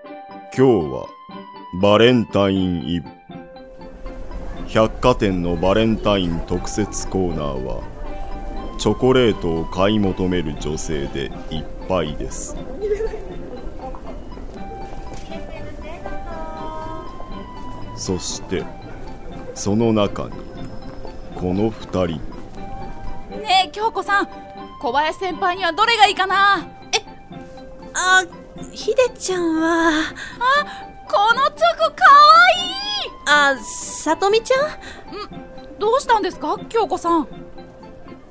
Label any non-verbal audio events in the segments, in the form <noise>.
今日はバレンタインイブ百貨店のバレンタイン特設コーナーはチョコレートを買い求める女性でいっぱいですそしてその中にこの2人ねえ京子さん小林先輩にはどれがいいかなあ、ひでちゃんは、このチョコかわあ、さとみちゃんいいどうしたんですか京子さん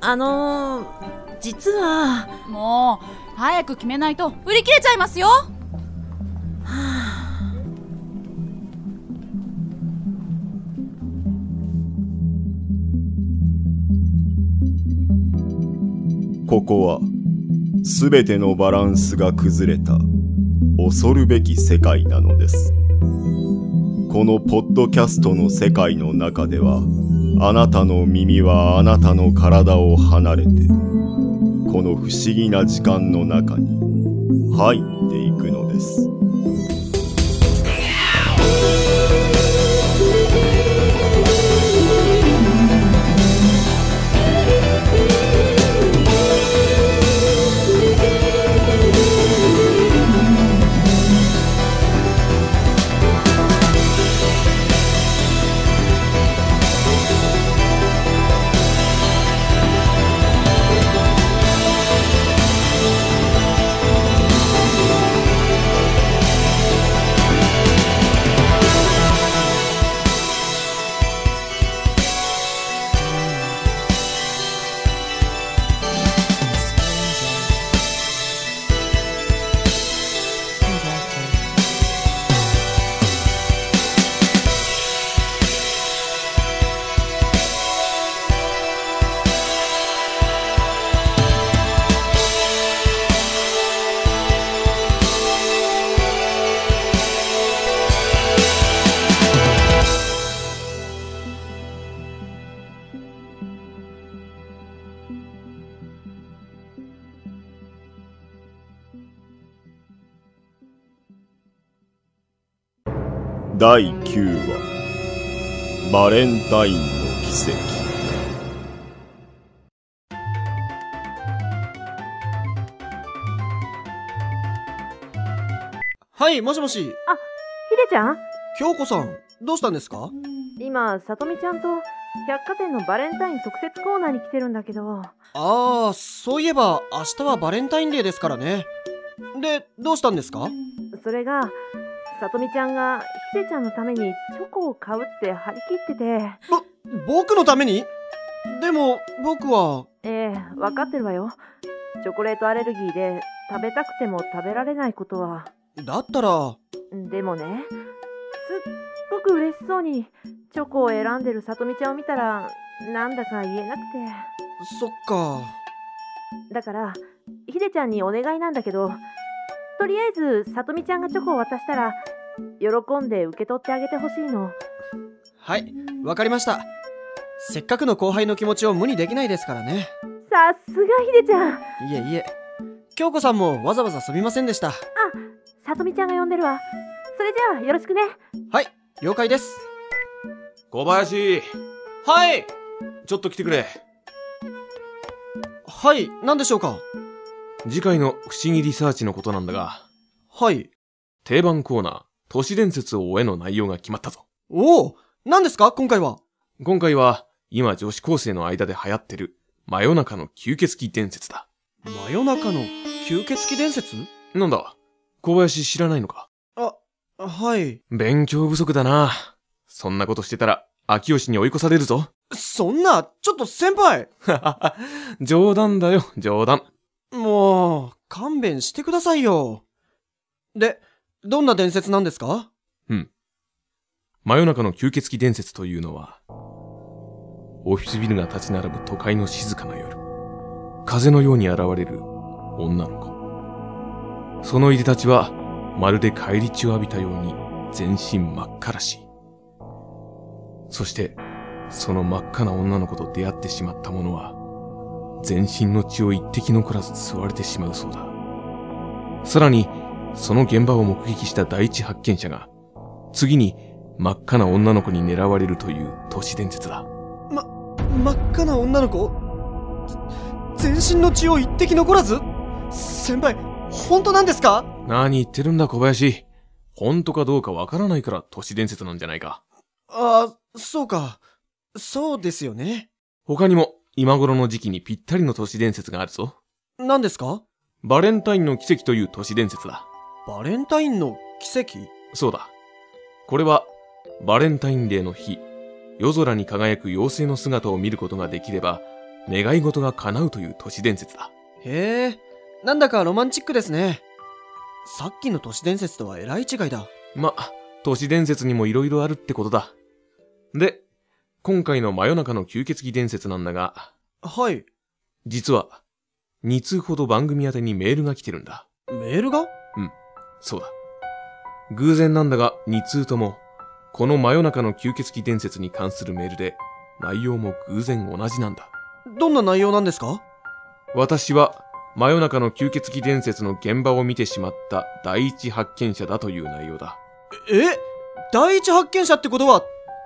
あのー、実は、もう早く決めないと売り切れちゃいますよここは全てのバランスが崩れた恐るべき世界なのですこのポッドキャストの世界の中ではあなたの耳はあなたの体を離れてこの不思議な時間の中に入っていくのです第9話バレンタインの奇跡はい、もしもし。ひでちゃん京子さん、どうしたんですか今、さとみちゃんと、百貨店のバレンタイン特設コーナーに来てるんだけど、ああ、そういえば、明日はバレンタインデーですからね。で、どうしたんですかそれが、さとみちゃんが、ひでちゃんのためにチョコを買うって張り切ってて、ぼ、僕のためにでも、僕は、ええわかってるわよ。チョコレートアレルギーで、食べたくても食べられないことは、だったら、でもね、すっごく嬉しそうにチョコを選んでるさとみちゃんを見たら、なんだか言えなくて。そっか。だから、ひでちゃんにお願いなんだけど、とりあえずさとみちゃんがチョコを渡したら、喜んで受け取ってあげてほしいの。はい、わかりました。せっかくの後輩の気持ちを無にできないですからね。さすがひでちゃんいえいえ。京子さんもわざわざすみませんでした。さとみちゃんが呼んでるわ。それじゃあ、よろしくね。はい、了解です。小林、はいちょっと来てくれ。はい、何でしょうか次回の不思議リサーチのことなんだが、はい。定番コーナー、都市伝説を終えの内容が決まったぞ。おお何ですか今回は。今回は、今女子高生の間で流行ってる、真夜中の吸血鬼伝説だ。真夜中の吸血鬼伝説なんだ小林知らないのかはい。勉強不足だな。そんなことしてたら、秋吉に追い越されるぞ。 <laughs> そんな、ちょっと先輩冗談だよ、冗談。もう、勘弁してくださいよ。で、どんな伝説なんですか真夜中の吸血鬼伝説というのは、オフィスビルが立ち並ぶ都会の静かな夜、風のように現れる女の子。その入り立ちは、まるで帰り血を浴びたように全身真っ赤らしい。そして、その真っ赤な女の子と出会ってしまった者は、全身の血を一滴残らず吸われてしまうそうだ。さらに、その現場を目撃した第一発見者が、次に真っ赤な女の子に狙われるという都市伝説だ。真っ赤な女の子つ全身の血を一滴残らず先輩本当なんですか何言ってるんだ小林。本当かどうかわからないから都市伝説なんじゃないか。あそうかそうですよね他にも今頃の時期にぴったりの都市伝説があるぞ。何ですかバレンタインの奇跡という都市伝説だ。バレンタインの奇跡そうだ。これは、バレンタインデーの日、夜空に輝く妖精の姿を見ることができれば、願い事が叶うという都市伝説だ。へえなんだかロマンチックですねさっきの都市伝説とはえらい違いだま、都市伝説にも色々あるってことだ。で、今回の真夜中の吸血鬼伝説なんだが、はい実は、2通ほど番組宛てにメールが来てるんだ。メールがそうだ。偶然なんだが、2通とも、この真夜中の吸血鬼伝説に関するメールで、内容も偶然同じなんだ。どんな内容なんですか私は真夜中の吸血鬼伝説の現場を見てしまった第一発見者だという内容だ。え第一発見者ってことは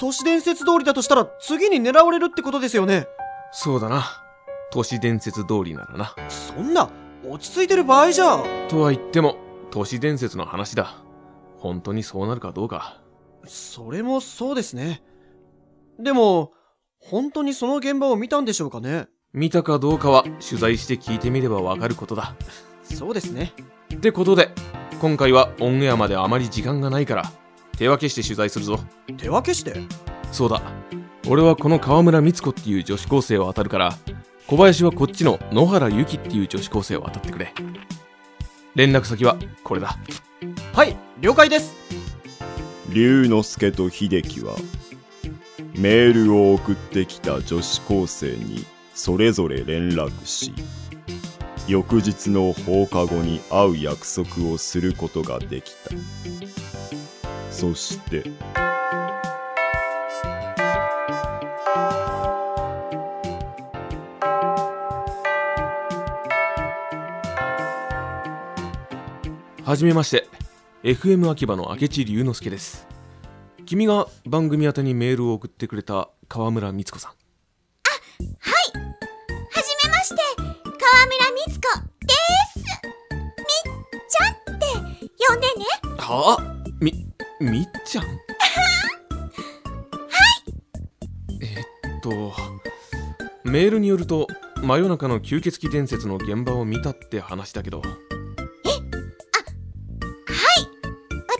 都市伝説通りだとしたら次に狙われるってことですよねそうだな。都市伝説通りならな。そんな落ち着いてる場合じゃとは言っても、都市伝説の話だ。本当にそうなるかどうか。それもそうですねでも本当にその現場を見たんでしょうかね見たかどうかは取材して聞いてみればわかることだ。そうですねってことで、今回はオンエアまであまり時間がないから、手分けして取材するぞ。手分けしてそうだ。俺はこの川村光子っていう女子高生を当たるから、小林はこっちの野原ゆきっていう女子高生を当たってくれ。連絡先はこれだ。はい了解です龍之介と秀樹はメールを送ってきた女子高生にそれぞれ連絡し翌日の放課後に会う約束をすることができたそしてはじめまして。FM 秋葉の明智龍之介です。君が番組宛てにメールを送ってくれた川村光子さん。はじめまして、川村みつこです。みっちゃんって呼んでね。はあみ、みっちゃんはいえっと、メールによると、真夜中の吸血鬼伝説の現場を見たって話だけど、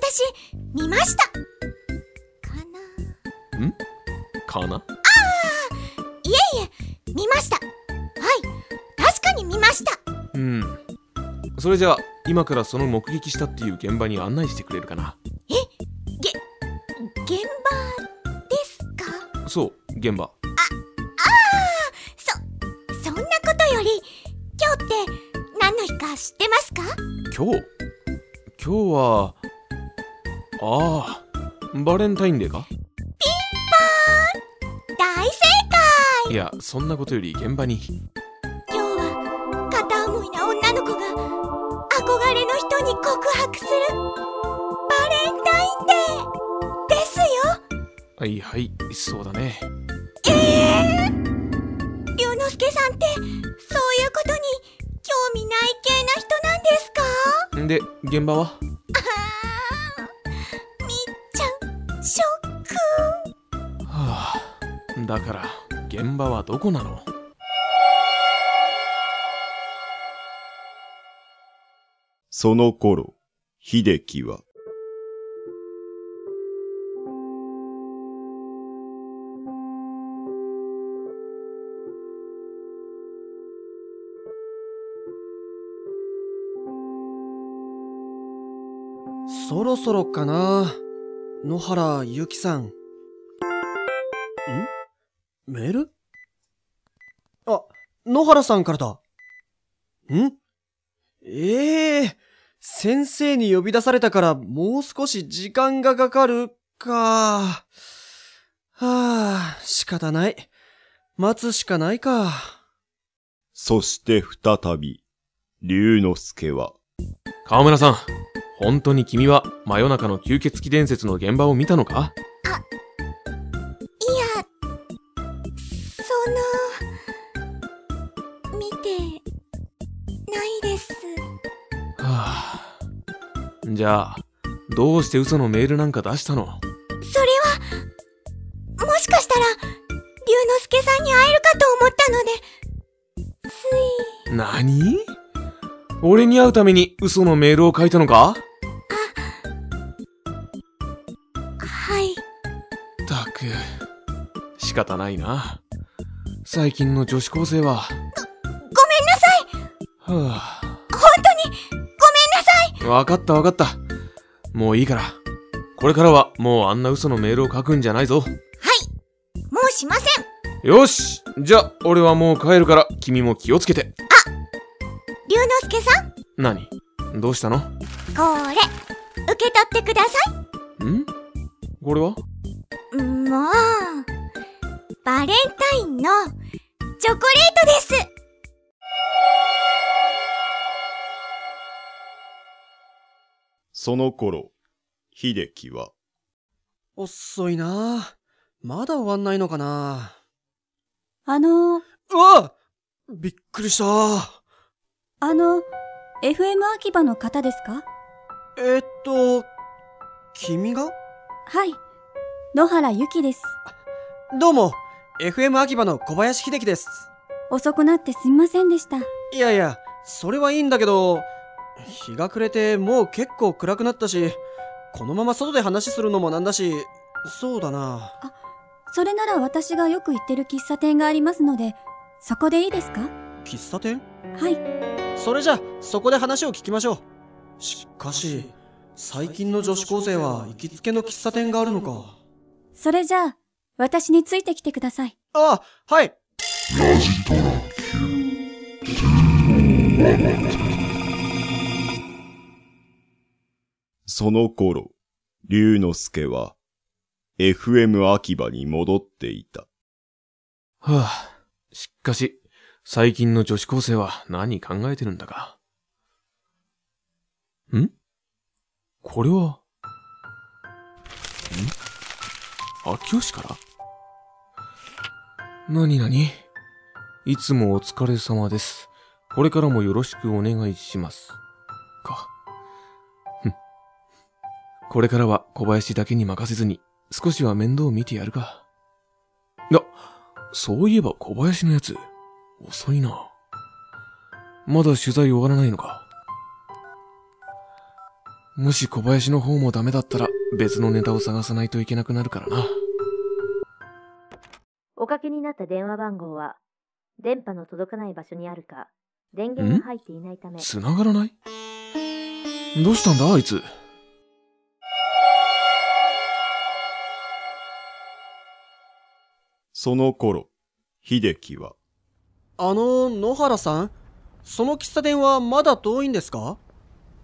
私、見ました。かなかなぁいえいえ、見ました。はい、確かに見ました。うん。それじゃあ、今からその目撃したっていう現場に案内してくれるかな現場ですかそう、現場。そ、そんなことより、今日って何の日か知ってますか今日今日は、ああ、バレンタインデーか大正いや、そんなことより現場に。解今日は片思いな女の子が憧れの人に告白するバレンタインデーですよはいはい、そうだね。龍之介さんってそういうことに興味ない系な人なんですかで、現場はあーみっちゃんショックはあ、だから現場はどこなのその頃秀樹はそろそろかな野原ゆきさんんメールあ野原さんからだんええ先生に呼び出されたからもう少し時間がかかるかはあ仕方ない待つしかないかそして再び龍之介は川村さん、本当に君は真夜中の吸血鬼伝説の現場を見たのかいや、その、見て、ないです。はあ。じゃあ、どうして嘘のメールなんか出したのそれは、もしかしたら、龍之介さんに会えるかと思ったので、つい、何俺に会うために嘘のメールを書いたのかはい。ったく、仕方ないな。最近の女子高生は。ごめんなさいはあ、本当にごめんなさいわかったわかった。もういいから。これからはもうあんな嘘のメールを書くんじゃないぞ。はい。もうしません。よしじゃあ、俺はもう帰るから、君も気をつけて。龍之介さん、何どうしたのんこれ、受け取ってくださ。これはいもう、バレンタインの、チョコレートです。その頃、秀樹は、遅いなまだ終わんないのかなあのー、うわびっくりした。あの、FM 秋葉の方ですかえーっと、君がはい。野原ゆきです。どうも、FM 秋葉の小林秀樹です。遅くなってすみませんでした。いやいや、それはいいんだけど、日が暮れてもう結構暗くなったし、このまま外で話するのもなんだし、そうだな。それなら私がよく行ってる喫茶店がありますので、そこでいいですか喫茶店はい。それじゃ、そこで話を聞きましょう。しかし、最近の女子高生は行きつけの喫茶店があるのか。それじゃあ、私についてきてください。ああ、はい。その頃、龍之介は、FM 秋葉に戻っていた。はあ、しかし、最近の女子高生は何考えてるんだか。んこれは、ん秋吉から何何いつもお疲れ様です。これからもよろしくお願いします。か。ふん。これからは小林だけに任せずに、少しは面倒を見てやるか。な、そういえば小林のやつ、遅いな。まだ取材終わらないのか。もし小林の方もダメだったら別のネタを探さないといけなくなるからな。おかけになった電話番号は、電波の届かない場所にあるか、電源が入っていないため、繋がらないどうしたんだあいつ。その頃、秀樹は、あの、野原さんその喫茶店はまだ遠いんですか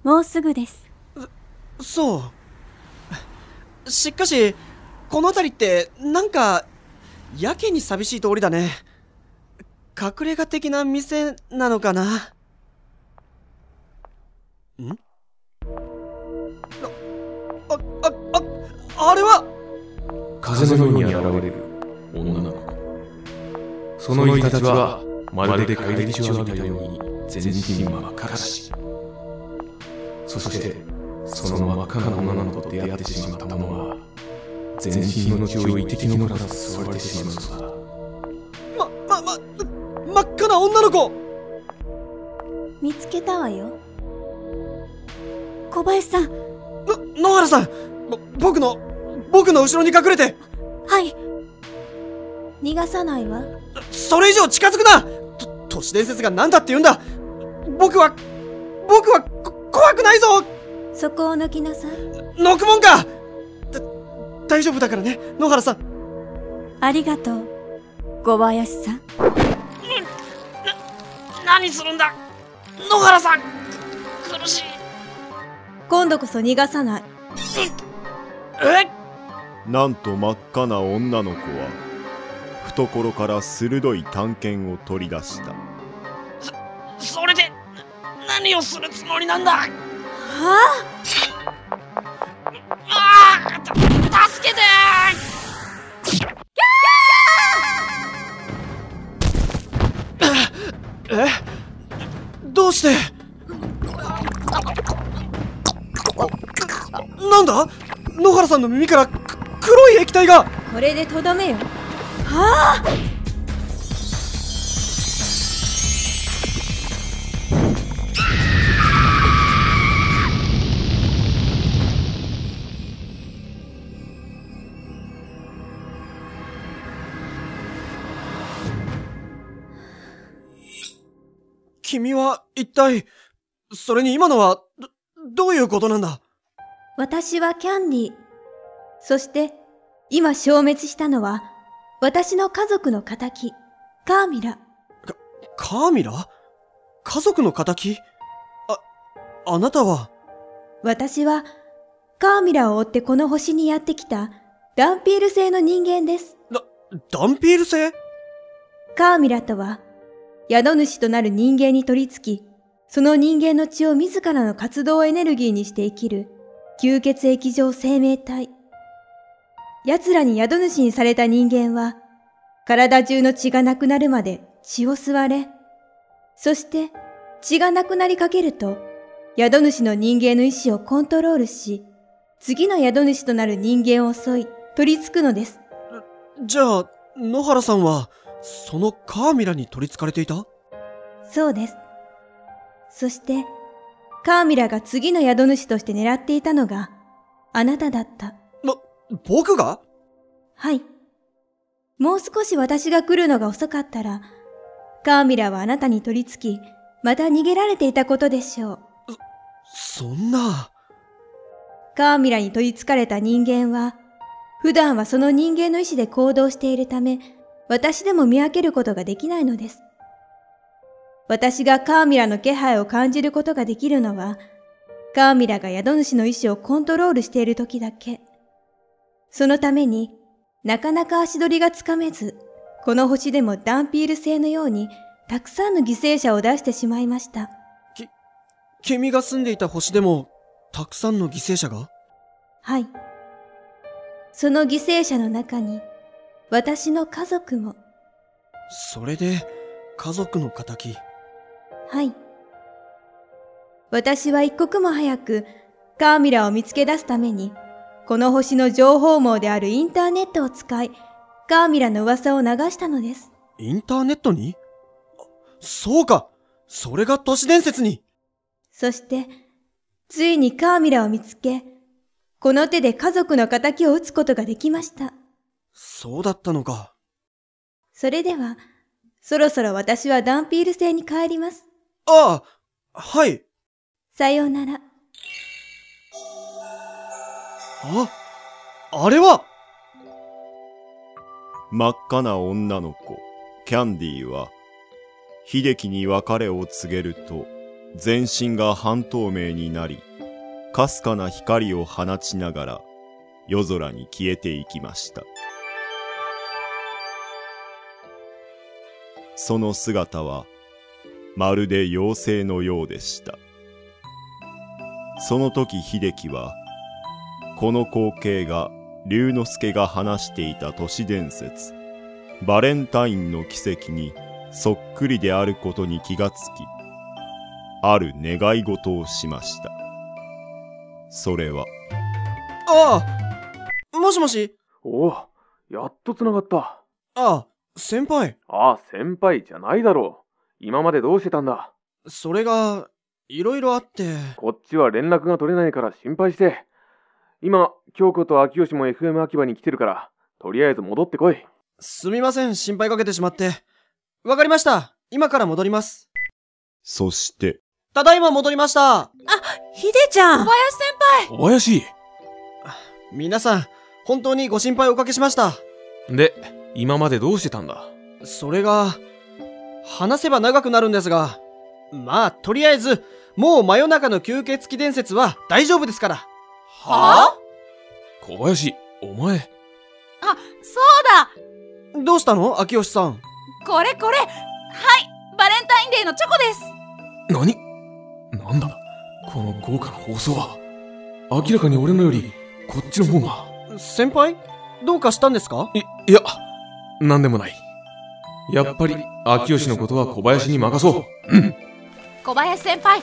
もうすぐです。そう。しかし、この辺りって、なんか、やけに寂しい通りだね。隠れ家的な店なのかな。んあ、あ、あ、あ、あれは風のように現れる女の子。そのいたちは、まるで帰り血を浴びたように、全身真っ赤だし。そして、その真っ赤な女の子と出会ってしまった者は、全身の血を一滴のらず吸われてしまうのだ。ま、ま、ま、真っ赤な女の子見つけたわよ。小林さん、の、野原さんぼ僕の、僕の後ろに隠れてはい。逃がさないわ。それ以上近づくなと都市伝説が何だって言うんだ僕は、僕はこ、怖くないぞそこを抜きなさい。ノクモンかだ大丈夫だからね、野原さん。ありがとう。小林さん。何するんだ野原さん苦しい。今度こそ逃がさない。えなんと真っ赤な女の子は、懐から鋭い探検を取り出した。それで、何をするつもりなんだはだ野原さんの耳からく黒い液体がこれでとどめよ君は一体、それに今のは、ど、どういうことなんだ私はキャンディー。そして、今消滅したのは、私の家族の仇、カーミラ。カーミラ家族の仇あ、あなたは、私は、カーミラを追ってこの星にやってきた、ダンピール星の人間です。ダンピール星カーミラとは、宿主となる人間に取り付き、その人間の血を自らの活動エネルギーにして生きる、吸血液上生命体。奴らに宿主にされた人間は、体中の血がなくなるまで血を吸われ、そして血がなくなりかけると、宿主の人間の意志をコントロールし、次の宿主となる人間を襲い、取り付くのです。じゃあ、野原さんは、そのカーミラに取り憑かれていたそうです。そして、カーミラが次の宿主として狙っていたのが、あなただった。僕がはい。もう少し私が来るのが遅かったら、カーミラはあなたに取り付き、また逃げられていたことでしょう。そんな、カーミラに取り憑かれた人間は、普段はその人間の意志で行動しているため、私でも見分けることができないのです。私がカーミラの気配を感じることができるのは、カーミラが宿主の意志をコントロールしている時だけ。そのためになかなか足取りがつかめず、この星でもダンピール星のようにたくさんの犠牲者を出してしまいました。君が住んでいた星でも、たくさんの犠牲者がはい。その犠牲者の中に、私の家族も、それで、家族の仇。はい。私は一刻も早く、カーミラを見つけ出すために、この星の情報網であるインターネットを使い、カーミラの噂を流したのです。インターネットにあそうかそれが都市伝説にそして、ついにカーミラを見つけ、この手で家族の仇を討つことができました。そうだったのか。それでは、そろそろ私はダンピール星に帰ります。ああはいさようなら。あ、あれは真っ赤な女の子、キャンディーは、秀樹に別れを告げると、全身が半透明になり、かすかな光を放ちながら、夜空に消えていきました。その姿は、まるで妖精のようでした。その時秀樹は、この光景が龍之介が話していた都市伝説、バレンタインの奇跡にそっくりであることに気がつき、ある願い事をしました。それは、ああもしもしおお、やっと繋がった。ああ、先輩。ああ、先輩じゃないだろう。今までどうしてたんだそれが、いろいろあって。こっちは連絡が取れないから心配して。今、京子と秋吉も FM 秋葉に来てるから、とりあえず戻ってこい。すみません、心配かけてしまって。わかりました。今から戻ります。そして、ただいま戻りました。ひでちゃん小林先輩小林皆さん、本当にご心配おかけしました。で、今までどうしてたんだそれが、話せば長くなるんですが、まあ、とりあえず、もう真夜中の吸血鬼伝説は大丈夫ですから。は小林、お前。あ、そうぁどうしたの秋吉さん。だこれこれはいバレンタインデーのチョコです何なんだこの豪華な放送は。明らかに俺のより、こっちの方が。先輩どうかしたんですかい、いや、なんでもない。やっぱり、秋吉のことは小林に任そう。小林先輩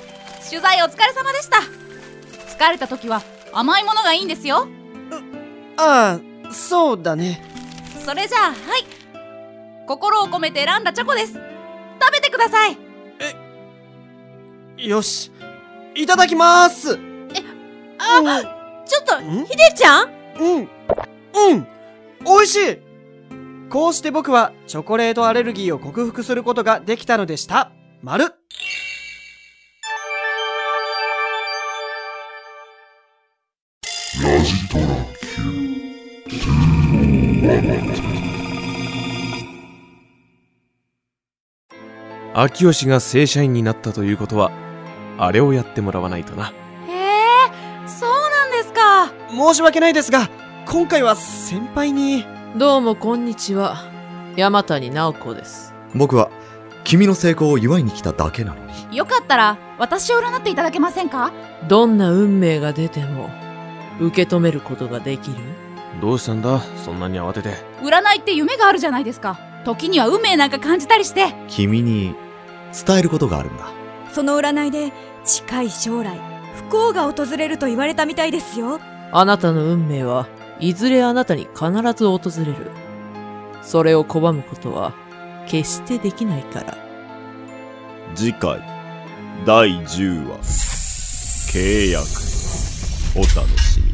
取材お疲れ様でした疲れた時は甘いものがいいんですよああ、そうだね。それじゃあはい心を込めて選んだチョコです食べてくださいよし。いただきまーす。あちょっとんひでちゃんうん。うん。美味しいこうして僕はチョコレートアレルギーを克服することができたのでした。丸秋吉が正社員になったということは、あれをやってもらわないとな。へえそうなんですか申し訳ないですが、今回は先輩に。どうもこんにちは。山谷直子です。僕は君の成功を祝いに来ただけなのによかったら私を占っていただけませんかどんな運命が出ても、受け止めることができるどうしたんだそんなに慌てて。占いって夢があるじゃないですか時には運命なんか感じたりして君に伝えることがあるんだその占いで近い将来不幸が訪れると言われたみたいですよあなたの運命はいずれあなたに必ず訪れる。それを拒むことは決してできないから。次回第10話契約お楽しみに